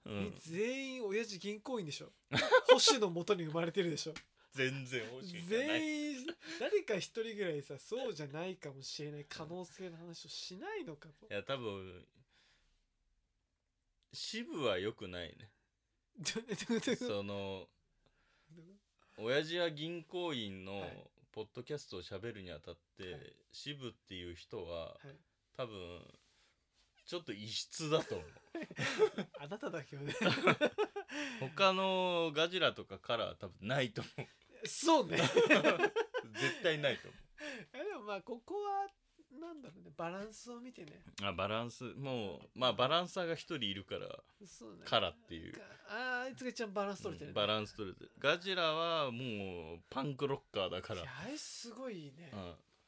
[SPEAKER 2] うん
[SPEAKER 1] 全員親父銀行員でしょ 保守のもとに生まれてるでしょ
[SPEAKER 2] 全然欲しいじゃない
[SPEAKER 1] 全員誰か一人ぐらいさそうじゃないかもしれない可能性の話をしないのかと
[SPEAKER 2] いや多分支部は良くないね
[SPEAKER 1] どどど
[SPEAKER 2] その
[SPEAKER 1] ど
[SPEAKER 2] 親父は銀行員の
[SPEAKER 1] はい
[SPEAKER 2] ポッドキャストを喋るにあたって、
[SPEAKER 1] はい
[SPEAKER 2] 支部っていう人は
[SPEAKER 1] はい
[SPEAKER 2] 多分ちょっと異質だと思う
[SPEAKER 1] あなただけよね
[SPEAKER 2] 他のガジラとかカラーは多分ないと 思
[SPEAKER 1] そう ね
[SPEAKER 2] う絶対ないと思
[SPEAKER 1] いやでもまあここはなんだろうねバランスを見てね
[SPEAKER 2] うあバランスもうまあバランサーが一人いるから
[SPEAKER 1] そうね
[SPEAKER 2] カラーっていう
[SPEAKER 1] かあーあいつが一番バランス取れてる、ね
[SPEAKER 2] うんバランス取れてるガジラはもうパンクロッカーだから
[SPEAKER 1] いやあれすごいね、
[SPEAKER 2] う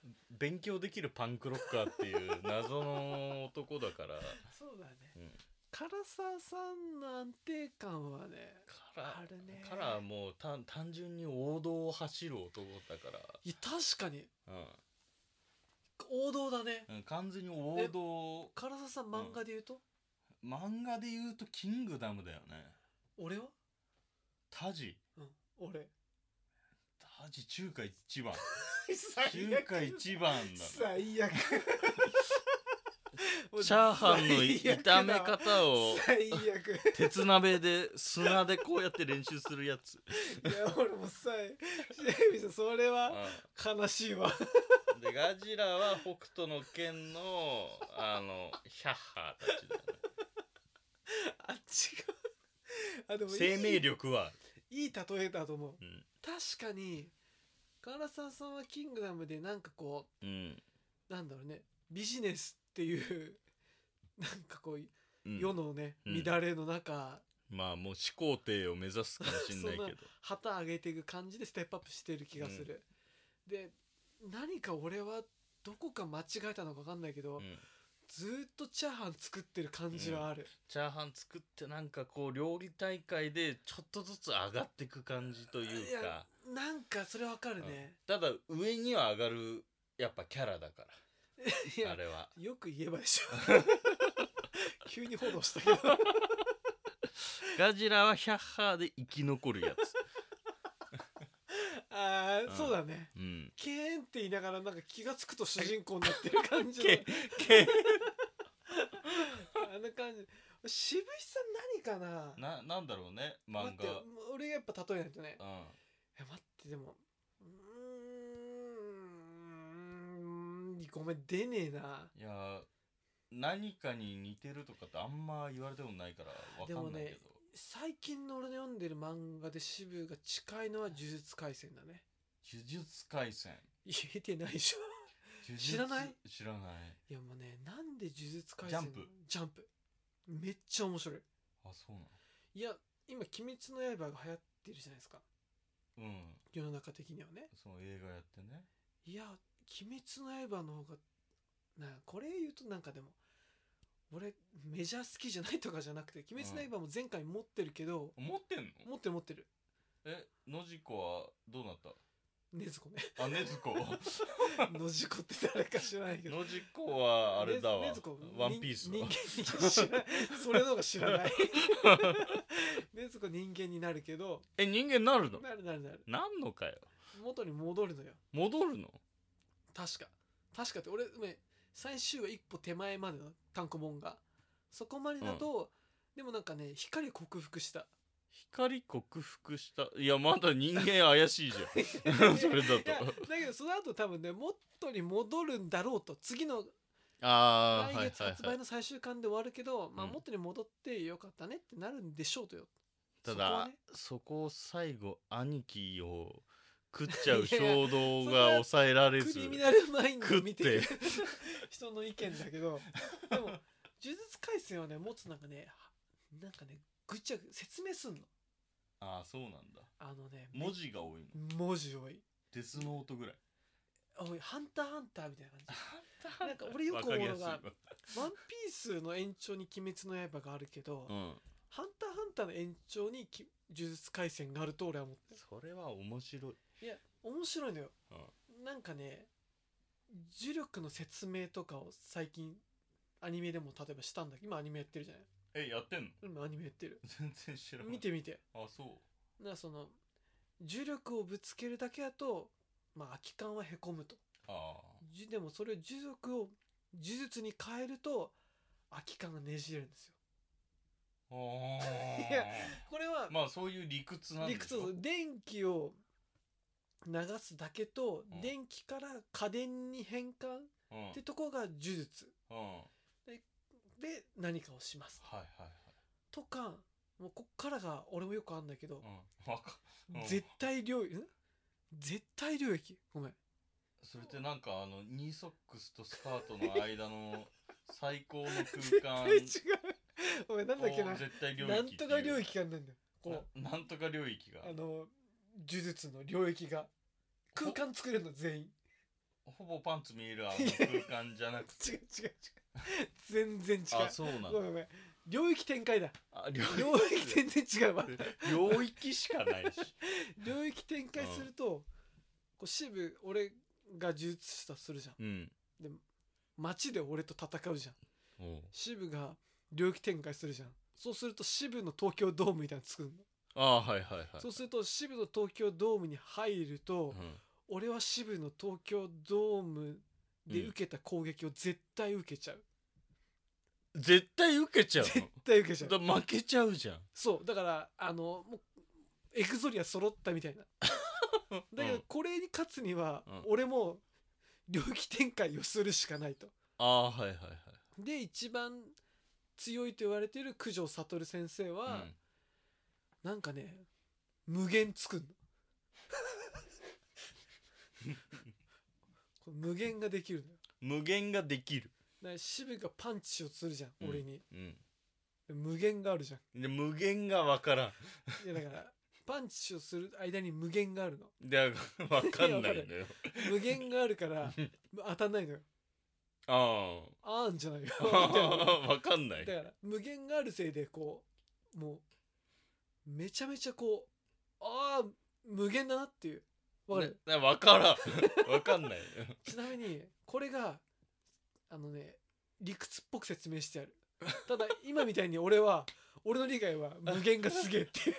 [SPEAKER 2] ん、勉強できるパンクロッカーっていう謎の男だから、
[SPEAKER 1] そうだね
[SPEAKER 2] うん、
[SPEAKER 1] 唐沢さんの安定感はね
[SPEAKER 2] カラ
[SPEAKER 1] あるね
[SPEAKER 2] ーカラーもう単単純に王道を走る男だか
[SPEAKER 1] いや確かに
[SPEAKER 2] ら、
[SPEAKER 1] 王道だね
[SPEAKER 2] うんうん、完全に王道
[SPEAKER 1] 唐沢さん漫画で言うと、
[SPEAKER 2] 漫画で言うと「キングダム」だよね
[SPEAKER 1] 俺は
[SPEAKER 2] タジ
[SPEAKER 1] うん 俺
[SPEAKER 2] タジ中華一番
[SPEAKER 1] 最
[SPEAKER 2] 中華一番だ
[SPEAKER 1] 最悪
[SPEAKER 2] チャーハンの炒め方を
[SPEAKER 1] 最悪
[SPEAKER 2] 鉄鍋で砂でこうやって練習するやつ、
[SPEAKER 1] いや俺もさ白石さんそれは
[SPEAKER 2] うん
[SPEAKER 1] 悲しいわ
[SPEAKER 2] でガジラは北斗の剣のあのヒャッハーたちだよね
[SPEAKER 1] あ違うあでもいい
[SPEAKER 2] 生命力はある、
[SPEAKER 1] いい例えだと思う
[SPEAKER 2] うん
[SPEAKER 1] 確かに唐沢さんは「キングダム」でなんかこ
[SPEAKER 2] うん
[SPEAKER 1] うなんだろうねビジネスっていうなんかこう
[SPEAKER 2] うん
[SPEAKER 1] 世のね、
[SPEAKER 2] うん
[SPEAKER 1] 乱れの中
[SPEAKER 2] まあもう始皇帝を目指すかもしんないけ
[SPEAKER 1] そん
[SPEAKER 2] ど
[SPEAKER 1] 旗上げていく感じでステップアップしてる気がする、で何か俺はどこか間違えたのか分かんないけど、
[SPEAKER 2] うん
[SPEAKER 1] ずーっとチャーハン作ってる感じはある、
[SPEAKER 2] チャーハン作ってなんかこう料理大会でちょっとずつ上がっていく感じと
[SPEAKER 1] い
[SPEAKER 2] いう
[SPEAKER 1] や
[SPEAKER 2] か
[SPEAKER 1] なんかそれ分かるね、
[SPEAKER 2] ただ上には上がるやっぱキャラだか
[SPEAKER 1] い
[SPEAKER 2] ら
[SPEAKER 1] や
[SPEAKER 2] あれは
[SPEAKER 1] よく言えばでし ょ急にフォローしたけど
[SPEAKER 2] ガジラはヒャッハーで生き残るやつ
[SPEAKER 1] あ
[SPEAKER 2] う
[SPEAKER 1] あ
[SPEAKER 2] ん
[SPEAKER 1] そうだね
[SPEAKER 2] うん
[SPEAKER 1] ケーンって言いながらなんか気がつくと主人公になってる感じの
[SPEAKER 2] けけ
[SPEAKER 1] あの感じ渋井さん何かな
[SPEAKER 2] ななんだろうね
[SPEAKER 1] 待っ
[SPEAKER 2] 漫
[SPEAKER 1] て
[SPEAKER 2] 画
[SPEAKER 1] 俺やっぱ例えないとね
[SPEAKER 2] うん
[SPEAKER 1] え待ってでもうーんごめん出ねえない
[SPEAKER 2] やー何かに似てるとかってあんま言われてもないからわ
[SPEAKER 1] でも
[SPEAKER 2] かんないけ
[SPEAKER 1] ね
[SPEAKER 2] ど、
[SPEAKER 1] 最近の俺の読んでる漫画で渋が近いのは呪術廻戦だね
[SPEAKER 2] 呪術廻戦
[SPEAKER 1] 言えてないでしょ
[SPEAKER 2] 呪術
[SPEAKER 1] 知らない
[SPEAKER 2] 知らない
[SPEAKER 1] いやもうねなんで呪術廻戦
[SPEAKER 2] ジャンプ
[SPEAKER 1] ジャンプめっちゃ面白い
[SPEAKER 2] あそう
[SPEAKER 1] いや今「鬼滅の刃」が流行ってるじゃないですか
[SPEAKER 2] なのうん
[SPEAKER 1] 世の中的にはね
[SPEAKER 2] その映画やってね
[SPEAKER 1] いや「鬼滅の刃」の方がなこれ言うとなんかでも俺メジャー好きじゃないとかじゃなくて「鬼滅の刃」も前回持ってるけど、
[SPEAKER 2] 持ってんの
[SPEAKER 1] 持ってる持ってる
[SPEAKER 2] え野次子はどうなっ
[SPEAKER 1] 禰豆子ね
[SPEAKER 2] たあ禰豆子
[SPEAKER 1] 野次子って誰か知らないけど
[SPEAKER 2] 野次子はあれだわ
[SPEAKER 1] ねずこ
[SPEAKER 2] ワンピース
[SPEAKER 1] 人
[SPEAKER 2] の
[SPEAKER 1] 人間に知らないそれの方が知ら ないねずこ人間になるけど
[SPEAKER 2] え人間なるの
[SPEAKER 1] なるなるなる
[SPEAKER 2] なんのかよ
[SPEAKER 1] 元に戻るのよ
[SPEAKER 2] 戻るの
[SPEAKER 1] 確か確かって俺ね最終は一歩手前までの単行本がそこまでだと、でもなんかね光を克服 した
[SPEAKER 2] 光克服したいやまだ人間怪しいじ ゃんそれだ
[SPEAKER 1] いやだ
[SPEAKER 2] と
[SPEAKER 1] けどその後多分ね元に戻るんだろうと次の来
[SPEAKER 2] ああはいはい
[SPEAKER 1] 月発
[SPEAKER 2] は
[SPEAKER 1] 売
[SPEAKER 2] い
[SPEAKER 1] の最終巻で終わるけど、まあ、
[SPEAKER 2] うん
[SPEAKER 1] 元に戻ってよかったねってなるんでしょうとよ
[SPEAKER 2] た
[SPEAKER 1] そこは
[SPEAKER 2] だ
[SPEAKER 1] ね
[SPEAKER 2] そこを最後兄貴を食っちゃ
[SPEAKER 1] い
[SPEAKER 2] う
[SPEAKER 1] や い
[SPEAKER 2] 衝動
[SPEAKER 1] それ
[SPEAKER 2] が
[SPEAKER 1] は
[SPEAKER 2] 抑えられ
[SPEAKER 1] ク
[SPEAKER 2] ず
[SPEAKER 1] リミナルマインドを見てる
[SPEAKER 2] 食
[SPEAKER 1] 人の意見だけどでも呪術廻戦はねもっとなんかねなんかねぐっちゃぐ説明すんの
[SPEAKER 2] ああそうなんだ
[SPEAKER 1] あのね
[SPEAKER 2] 文字が多いの
[SPEAKER 1] 文字多い
[SPEAKER 2] デスノートぐらい
[SPEAKER 1] おいハンターハンターみたいな感 なんか俺よく思うのが
[SPEAKER 2] わかりや
[SPEAKER 1] じワンピースの延長に鬼滅の刃があるけど、
[SPEAKER 2] すいわうん
[SPEAKER 1] ハンターハンターの延長にき呪術廻戦があると俺は思ってる
[SPEAKER 2] それは面白い
[SPEAKER 1] いや面白いのよ
[SPEAKER 2] うん
[SPEAKER 1] なんかね呪力の説明とかを最近アニメでも例えばしたんだけど今アニメやってるじゃない
[SPEAKER 2] えやってんの
[SPEAKER 1] 今アニメやってる
[SPEAKER 2] 全然知らない
[SPEAKER 1] 見て見て
[SPEAKER 2] あそ
[SPEAKER 1] なその重力をぶつけるだけだとまあ空き缶はへこむと
[SPEAKER 2] うあ
[SPEAKER 1] じでもそれを呪力を呪術に変えると空き缶がねじれるんですよ
[SPEAKER 2] ああ
[SPEAKER 1] いやこれは
[SPEAKER 2] まあそういう理屈なんで
[SPEAKER 1] 理
[SPEAKER 2] し
[SPEAKER 1] 屈
[SPEAKER 2] ょ
[SPEAKER 1] を電気を流すだけと
[SPEAKER 2] うん
[SPEAKER 1] 電気から家電に変換
[SPEAKER 2] うん、うん
[SPEAKER 1] ってとこが呪術
[SPEAKER 2] はい
[SPEAKER 1] で何かをします
[SPEAKER 2] はいは
[SPEAKER 1] とかもうこっからが俺もよくあんだけど
[SPEAKER 2] い、うん、わかうん
[SPEAKER 1] 絶対領域ん絶対領域ごめん
[SPEAKER 2] それってなんかあのニーソックスとスカートの間の最高の空間 を
[SPEAKER 1] 絶対違うお前なんだっけな
[SPEAKER 2] 絶対領域
[SPEAKER 1] な
[SPEAKER 2] っ
[SPEAKER 1] ん
[SPEAKER 2] てい
[SPEAKER 1] と
[SPEAKER 2] う
[SPEAKER 1] か領域がなんだよこ
[SPEAKER 2] ななんとか領域が
[SPEAKER 1] うあの呪術の領域が空間作れるの全員
[SPEAKER 2] ほぼパンツ見えるあの空間じゃなく
[SPEAKER 1] 違う違
[SPEAKER 2] て
[SPEAKER 1] う違う全 然違う
[SPEAKER 2] あそうなんだ
[SPEAKER 1] ごめんごめん領域展開だ
[SPEAKER 2] あ領
[SPEAKER 1] 領域全然違うわ
[SPEAKER 2] 領域しかないし
[SPEAKER 1] 領域展開するとこう渋俺が呪術師とするじゃん
[SPEAKER 2] うん
[SPEAKER 1] 街で俺と戦うじゃん
[SPEAKER 2] おう
[SPEAKER 1] 渋が領域展開するじゃんそうすると渋の東京ドームみたいなの作るの
[SPEAKER 2] ああはいはいはい
[SPEAKER 1] そうすると渋の東京ドームに入ると、
[SPEAKER 2] うん
[SPEAKER 1] 俺は渋の東京ドームで受けた攻撃を絶対受けちゃう、
[SPEAKER 2] 絶対受けちゃう
[SPEAKER 1] 絶対受けちゃう
[SPEAKER 2] のだ負けちゃうじゃん
[SPEAKER 1] そうだからあのもうエクゾリア揃ったみたいなだけ
[SPEAKER 2] う
[SPEAKER 1] ど
[SPEAKER 2] ん
[SPEAKER 1] これに勝つには、
[SPEAKER 2] うん
[SPEAKER 1] 俺も領域展開をするしかないと
[SPEAKER 2] ああはいはいはい
[SPEAKER 1] で一番強いと言われている九条悟先生は、
[SPEAKER 2] うん
[SPEAKER 1] なんかね無限つくんのこれ無限ができるのよ
[SPEAKER 2] 無限ができる
[SPEAKER 1] だから渋がパンチをするじゃん、
[SPEAKER 2] うん
[SPEAKER 1] 俺に
[SPEAKER 2] うん
[SPEAKER 1] 無限があるじゃん
[SPEAKER 2] で無限が分からん
[SPEAKER 1] いやだからパンチをする間に無限があるの
[SPEAKER 2] で分かんないのよ
[SPEAKER 1] 無限があるから当たんないのよ
[SPEAKER 2] あ
[SPEAKER 1] あーんじゃないよ
[SPEAKER 2] あ
[SPEAKER 1] みたいな
[SPEAKER 2] 分かんない
[SPEAKER 1] だから無限があるせいでこうもうめちゃめちゃこうああ無限だなっていうわかる、
[SPEAKER 2] ねね分からん分かんない
[SPEAKER 1] ちなみにこれがあのね理屈っぽく説明してあるただ今みたいに俺は俺の理解は無限がすげえ っていう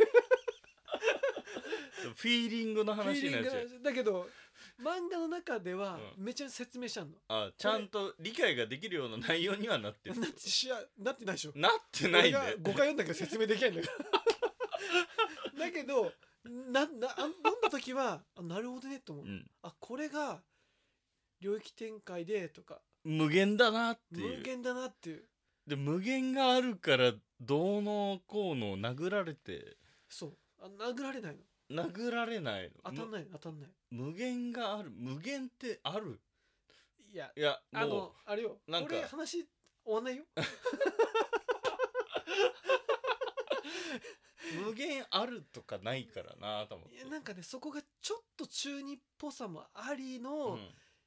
[SPEAKER 2] そうフィーリングの
[SPEAKER 1] フィー
[SPEAKER 2] 話
[SPEAKER 1] リ
[SPEAKER 2] に
[SPEAKER 1] ン
[SPEAKER 2] なっ
[SPEAKER 1] グ
[SPEAKER 2] ちゃ
[SPEAKER 1] が
[SPEAKER 2] う
[SPEAKER 1] だけど漫画の中では
[SPEAKER 2] う
[SPEAKER 1] めちゃめちゃ説明してあるの、
[SPEAKER 2] あちゃんと理解ができるような内容にはなってる
[SPEAKER 1] なってしやなってないでしょ
[SPEAKER 2] なってない
[SPEAKER 1] 俺
[SPEAKER 2] ん
[SPEAKER 1] が
[SPEAKER 2] だよ
[SPEAKER 1] 5回読んだけど説明できないんだよ だけどななあ読んだ時はあなるほどねと思う、
[SPEAKER 2] うん
[SPEAKER 1] あこれが領域展開でとか
[SPEAKER 2] 無限だなっていう
[SPEAKER 1] 無限だなっていう
[SPEAKER 2] で無限があるからどうのこうの殴られて
[SPEAKER 1] そうあ殴られないの
[SPEAKER 2] 殴られない
[SPEAKER 1] 当たん
[SPEAKER 2] の
[SPEAKER 1] ないの当たんない
[SPEAKER 2] む無限がある無限ってある
[SPEAKER 1] いや
[SPEAKER 2] いや
[SPEAKER 1] あ
[SPEAKER 2] も
[SPEAKER 1] のあれよ
[SPEAKER 2] なん
[SPEAKER 1] こ
[SPEAKER 2] か
[SPEAKER 1] れ話終わんないよ
[SPEAKER 2] う無限あるとかないからなと思っ
[SPEAKER 1] い
[SPEAKER 2] て
[SPEAKER 1] やなんかねそこがちょっと中二っぽさもありの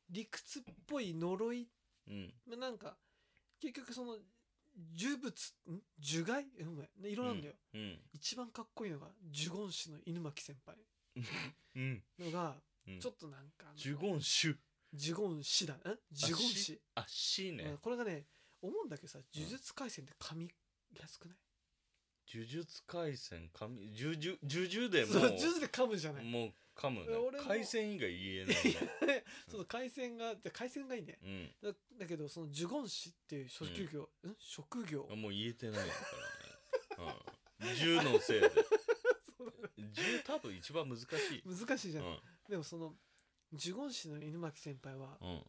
[SPEAKER 1] 理屈っぽい呪い
[SPEAKER 2] うんうん
[SPEAKER 1] まあなんか結局その呪物ん呪害えお前ね色なんだよ、
[SPEAKER 2] うん
[SPEAKER 1] 一番かっこいいのが呪言師の犬巻先輩
[SPEAKER 2] うん
[SPEAKER 1] のが
[SPEAKER 2] うん
[SPEAKER 1] ちょっとなんかあの
[SPEAKER 2] 呪言種
[SPEAKER 1] 呪言師だん呪言師
[SPEAKER 2] あしね、
[SPEAKER 1] うんこれがね思うんだけどさ呪術廻戦って髪やすくない
[SPEAKER 2] 呪術廻戦神呪術呪術で
[SPEAKER 1] そう
[SPEAKER 2] も
[SPEAKER 1] 呪術で噛むじゃな
[SPEAKER 2] う
[SPEAKER 1] い
[SPEAKER 2] もう噛むね
[SPEAKER 1] 俺も
[SPEAKER 2] 廻戦以外言えないね
[SPEAKER 1] そう回線がで回線がいいね
[SPEAKER 2] うん
[SPEAKER 1] だだけどその呪言師っていう職業、ん、職業
[SPEAKER 2] あもう言えてないからね、うん、10のせいで
[SPEAKER 1] そう
[SPEAKER 2] 10多分一番難しい、
[SPEAKER 1] 難しいじ
[SPEAKER 2] う
[SPEAKER 1] ゃ
[SPEAKER 2] ん
[SPEAKER 1] ん、でもその呪言師の犬巻先輩は
[SPEAKER 2] うん、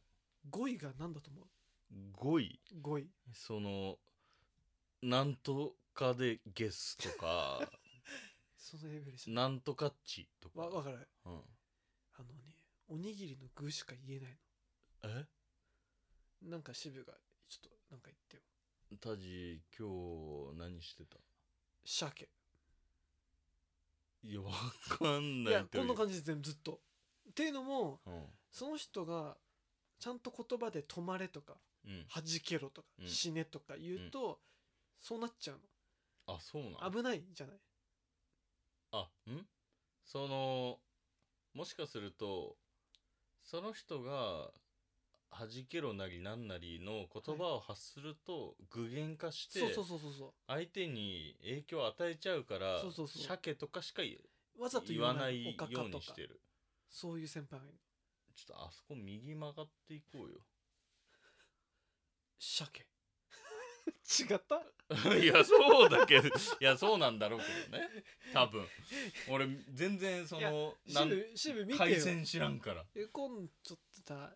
[SPEAKER 1] 語彙が何だと思う
[SPEAKER 2] 5位
[SPEAKER 1] 語彙
[SPEAKER 2] そのなんとかでゲスと か
[SPEAKER 1] そのレベルじゃん
[SPEAKER 2] なんとかっちと
[SPEAKER 1] わ
[SPEAKER 2] か、
[SPEAKER 1] 分からない
[SPEAKER 2] うん、
[SPEAKER 1] あのねおにぎりの具しか言えない
[SPEAKER 2] え
[SPEAKER 1] のなんか渋がちょっとなんか言ってよ
[SPEAKER 2] タジ今日何してた
[SPEAKER 1] 鮭
[SPEAKER 2] いやわかん
[SPEAKER 1] い
[SPEAKER 2] ない
[SPEAKER 1] や
[SPEAKER 2] とい
[SPEAKER 1] こ
[SPEAKER 2] うん
[SPEAKER 1] な感じで全部ずっとっていうのもその人がちゃんと言葉で「止まれ」とか
[SPEAKER 2] うん、うん
[SPEAKER 1] 「弾けろ」とか「
[SPEAKER 2] うん
[SPEAKER 1] 死ね」とか言うと、そうなっちゃう
[SPEAKER 2] あそうなの
[SPEAKER 1] の危ないじゃない
[SPEAKER 2] あんそのもしかするとその人が弾けろなりなんなりの言葉を発すると具現化して
[SPEAKER 1] そうそうそうそうそう
[SPEAKER 2] 相手に影響を与えちゃうから
[SPEAKER 1] そうそうそう
[SPEAKER 2] 鮭とかしか言
[SPEAKER 1] わざと
[SPEAKER 2] 言
[SPEAKER 1] 言
[SPEAKER 2] わ
[SPEAKER 1] わ
[SPEAKER 2] な
[SPEAKER 1] ない
[SPEAKER 2] いよ
[SPEAKER 1] おかか
[SPEAKER 2] う
[SPEAKER 1] と
[SPEAKER 2] にし
[SPEAKER 1] か
[SPEAKER 2] てる
[SPEAKER 1] そういう先輩がいる
[SPEAKER 2] ちょっとあそこ右曲がっていこ
[SPEAKER 1] 鮭 違った
[SPEAKER 2] うよ いやそうだけどいやそうなんだろうけどね多分俺全然そ
[SPEAKER 1] いや
[SPEAKER 2] のなん
[SPEAKER 1] 渋渋見て
[SPEAKER 2] 回
[SPEAKER 1] よ
[SPEAKER 2] 線知らんから
[SPEAKER 1] え今ちょっとさ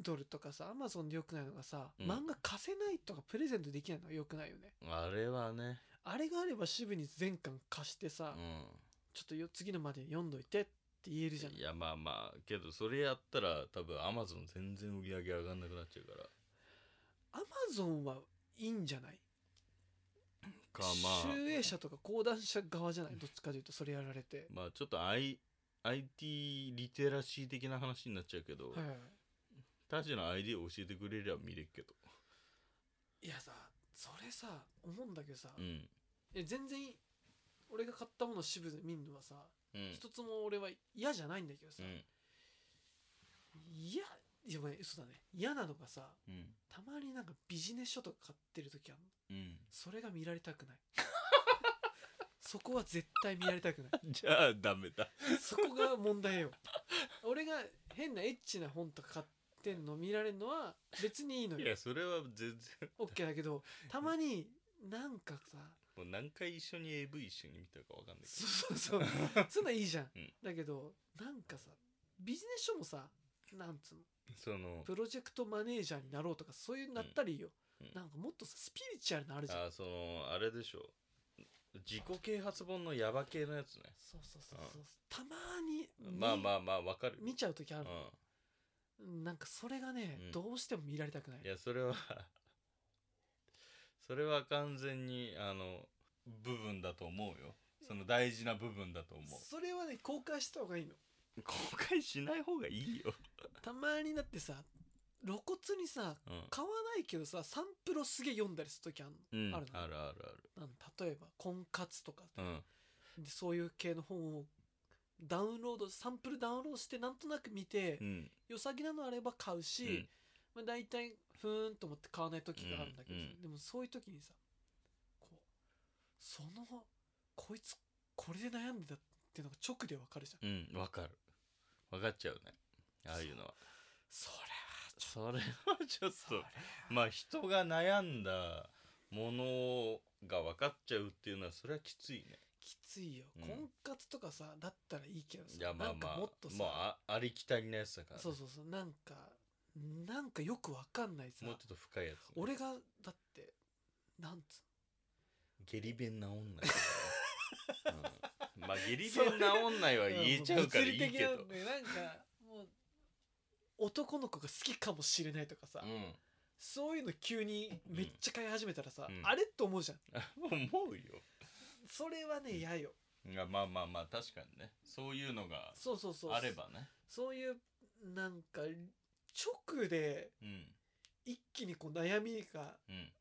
[SPEAKER 1] Kindle とかさ Amazon でよくないのがさ、
[SPEAKER 2] うん
[SPEAKER 1] 漫画貸せないとかプレゼントできないのはよくないよね
[SPEAKER 2] あれはね
[SPEAKER 1] あれがあれば渋に全巻貸してさ、
[SPEAKER 2] うん
[SPEAKER 1] ちょっとよ次のまで読んどいてって言えるじゃん
[SPEAKER 2] いやまあまあけどそれやったら多分アマゾン全然売り上げ上がんなくなっちゃうから
[SPEAKER 1] アマゾンはいいんじゃない
[SPEAKER 2] かまあ
[SPEAKER 1] 集英社とか講談社側じゃないどっちかというとそれやられて、
[SPEAKER 2] まあちょっと、I、IT リテラシー的な話になっちゃうけど、
[SPEAKER 1] はいはいは
[SPEAKER 2] タジの ID を教えてくれりゃ見れっけど
[SPEAKER 1] い、いやさそれさ思うんだけどさ、
[SPEAKER 2] うん
[SPEAKER 1] え全然俺が買ったものを渋で見るのはさ、
[SPEAKER 2] うん
[SPEAKER 1] 一つも俺は嫌じゃないんだけどさ、
[SPEAKER 2] うん
[SPEAKER 1] 嫌いやごめん嘘だね嫌なのがさ
[SPEAKER 2] うん
[SPEAKER 1] たまになんかビジネス書とか買ってる時あるの
[SPEAKER 2] うん
[SPEAKER 1] それが見られたくない そこは絶対見られたくない
[SPEAKER 2] じゃあダメだ
[SPEAKER 1] そこが問題よ俺が変なエッチな本とか買ってんの見られるのは別にいいの
[SPEAKER 2] い
[SPEAKER 1] よ
[SPEAKER 2] やそれは全然
[SPEAKER 1] オッケーだけどたまになんかさ
[SPEAKER 2] もう何回一緒に AV 一緒に見たかわかんないけど
[SPEAKER 1] そうそうそう そんなんいいじゃん、
[SPEAKER 2] うん
[SPEAKER 1] だけどなんかさビジネス書もさなんつうの
[SPEAKER 2] その
[SPEAKER 1] プロジェクトマネージャーになろうとかそういうなったらいいよ、
[SPEAKER 2] うんうん
[SPEAKER 1] なんかもっとさスピリチュアルなのあるじゃん
[SPEAKER 2] あそのあれでしょ自己啓発本のヤバ系のやつね
[SPEAKER 1] そうそうそうそうたまに
[SPEAKER 2] まあま
[SPEAKER 1] あ
[SPEAKER 2] あまあわかるよ
[SPEAKER 1] 見ちゃう時ある
[SPEAKER 2] うん
[SPEAKER 1] なんかそれがね、
[SPEAKER 2] うん
[SPEAKER 1] どうしても見られたくない
[SPEAKER 2] いやそれは それは完全にあの部分だと思うよその大事な部分だと思う
[SPEAKER 1] それはね公開した方がいいの
[SPEAKER 2] 公開しない方がいいよ、
[SPEAKER 1] たまになってさ露骨にさ
[SPEAKER 2] うん
[SPEAKER 1] 買わないけどさサンプルすげえ読んだりする時ある
[SPEAKER 2] うん、
[SPEAKER 1] あ
[SPEAKER 2] あ
[SPEAKER 1] る
[SPEAKER 2] る
[SPEAKER 1] の
[SPEAKER 2] あるあ
[SPEAKER 1] のなん例えば婚活とか
[SPEAKER 2] るうん
[SPEAKER 1] でそういう系の本をダウンロードサンプルダウンロードしてなんとなく見て、
[SPEAKER 2] うん
[SPEAKER 1] 良さげなのあれば買うし、
[SPEAKER 2] うん
[SPEAKER 1] まあ、大体ふーんと思って買わない時があるんだけどさ、
[SPEAKER 2] うん
[SPEAKER 1] でもそういう時にさこうそのこいつこれで悩んでたっていうのが直でわかるじゃん
[SPEAKER 2] うんわかるわかっちゃうねああいうのは
[SPEAKER 1] それは
[SPEAKER 2] それは ちょっ
[SPEAKER 1] それ
[SPEAKER 2] と
[SPEAKER 1] は
[SPEAKER 2] まあ人が悩んだものが分かっちゃうっていうのはそれはきついね
[SPEAKER 1] きついよ、
[SPEAKER 2] うん
[SPEAKER 1] 婚活とかさだったらいいけどさ
[SPEAKER 2] いやまあ
[SPEAKER 1] なんか
[SPEAKER 2] まあ
[SPEAKER 1] もっとさ、
[SPEAKER 2] まああありきたりなやつだからね、
[SPEAKER 1] そうそうそうなんかなんかよくわかんないさ
[SPEAKER 2] もうちょっと深いやつ、
[SPEAKER 1] 俺がだってなんつ
[SPEAKER 2] 下痢弁治んないからね、うん まあ下痢弁治んないは
[SPEAKER 1] う
[SPEAKER 2] 言えちゃうからいいけ
[SPEAKER 1] 物理的な
[SPEAKER 2] ど
[SPEAKER 1] んでなんかもう男の子が好きかもしれないとかさ、
[SPEAKER 2] うん
[SPEAKER 1] そういうの急にめっちゃ買い始めたらさ、
[SPEAKER 2] うん
[SPEAKER 1] あれと思うじゃん
[SPEAKER 2] 思うよ
[SPEAKER 1] それはね嫌よ
[SPEAKER 2] いやまあまあまあ確かにねそういうのが
[SPEAKER 1] そうそうそう
[SPEAKER 2] あればね
[SPEAKER 1] そういうなんか直で
[SPEAKER 2] うん
[SPEAKER 1] 一気にこう悩みが
[SPEAKER 2] うん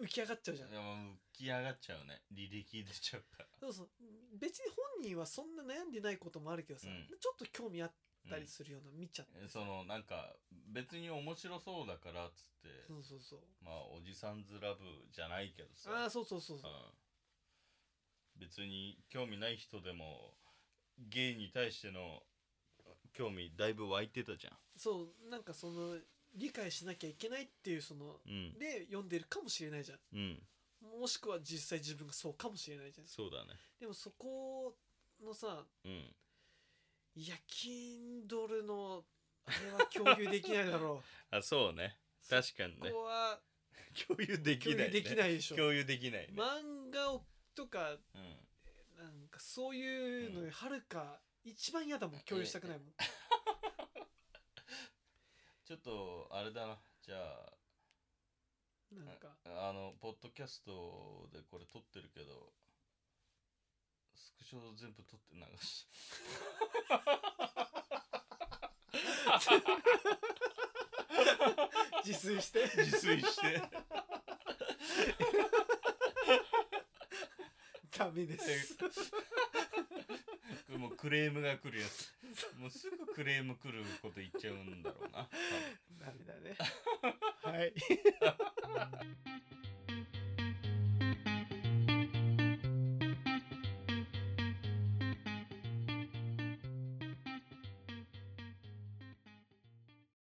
[SPEAKER 1] 浮き上がっちゃうじゃん
[SPEAKER 2] いやもう浮き上がっちゃうね履歴出ちゃうから
[SPEAKER 1] そうそう別に本人はそんな悩んでないこともあるけどさ、
[SPEAKER 2] うん
[SPEAKER 1] ちょっと興味あっ
[SPEAKER 2] うん
[SPEAKER 1] たりするような見ちゃってさ、
[SPEAKER 2] そのなんか別に面白そうだからっつって
[SPEAKER 1] そうそうそう
[SPEAKER 2] まあおじさんずラブじゃないけどさ
[SPEAKER 1] ああそうそうそうそう
[SPEAKER 2] うん別に興味ない人でもゲイに対しての興味だいぶ湧いてたじゃ
[SPEAKER 1] そうなんかその理解しなきゃいけないっていうその
[SPEAKER 2] んうん
[SPEAKER 1] で読んでるかもしれないじゃん
[SPEAKER 2] うん
[SPEAKER 1] もしくは実際自分がそうかもしれないじゃん
[SPEAKER 2] そうだね
[SPEAKER 1] でもそこのさ
[SPEAKER 2] うん
[SPEAKER 1] いや Kindle のあれは共有できないだろ
[SPEAKER 2] あそうね確かに
[SPEAKER 1] うこ
[SPEAKER 2] ね
[SPEAKER 1] こは
[SPEAKER 2] 共有でき
[SPEAKER 1] 共
[SPEAKER 2] ない、
[SPEAKER 1] 有
[SPEAKER 2] ね、
[SPEAKER 1] できないでしょ
[SPEAKER 2] 共有できないね、
[SPEAKER 1] 漫画をとか
[SPEAKER 2] うん
[SPEAKER 1] なんかそういうのよりはるか一番嫌だもん共有したくないもん
[SPEAKER 2] ちょっとあれだなじゃあ
[SPEAKER 1] なんか
[SPEAKER 2] あのポッドキャストでこれ撮ってるけどスクショ全部撮って流し
[SPEAKER 1] 自炊 して
[SPEAKER 2] 自炊して
[SPEAKER 1] ダメ です
[SPEAKER 2] これもうクレームが来るやつもうすぐクレーム来ること言っちゃうんだろうな
[SPEAKER 1] ダメだねはい
[SPEAKER 2] 多分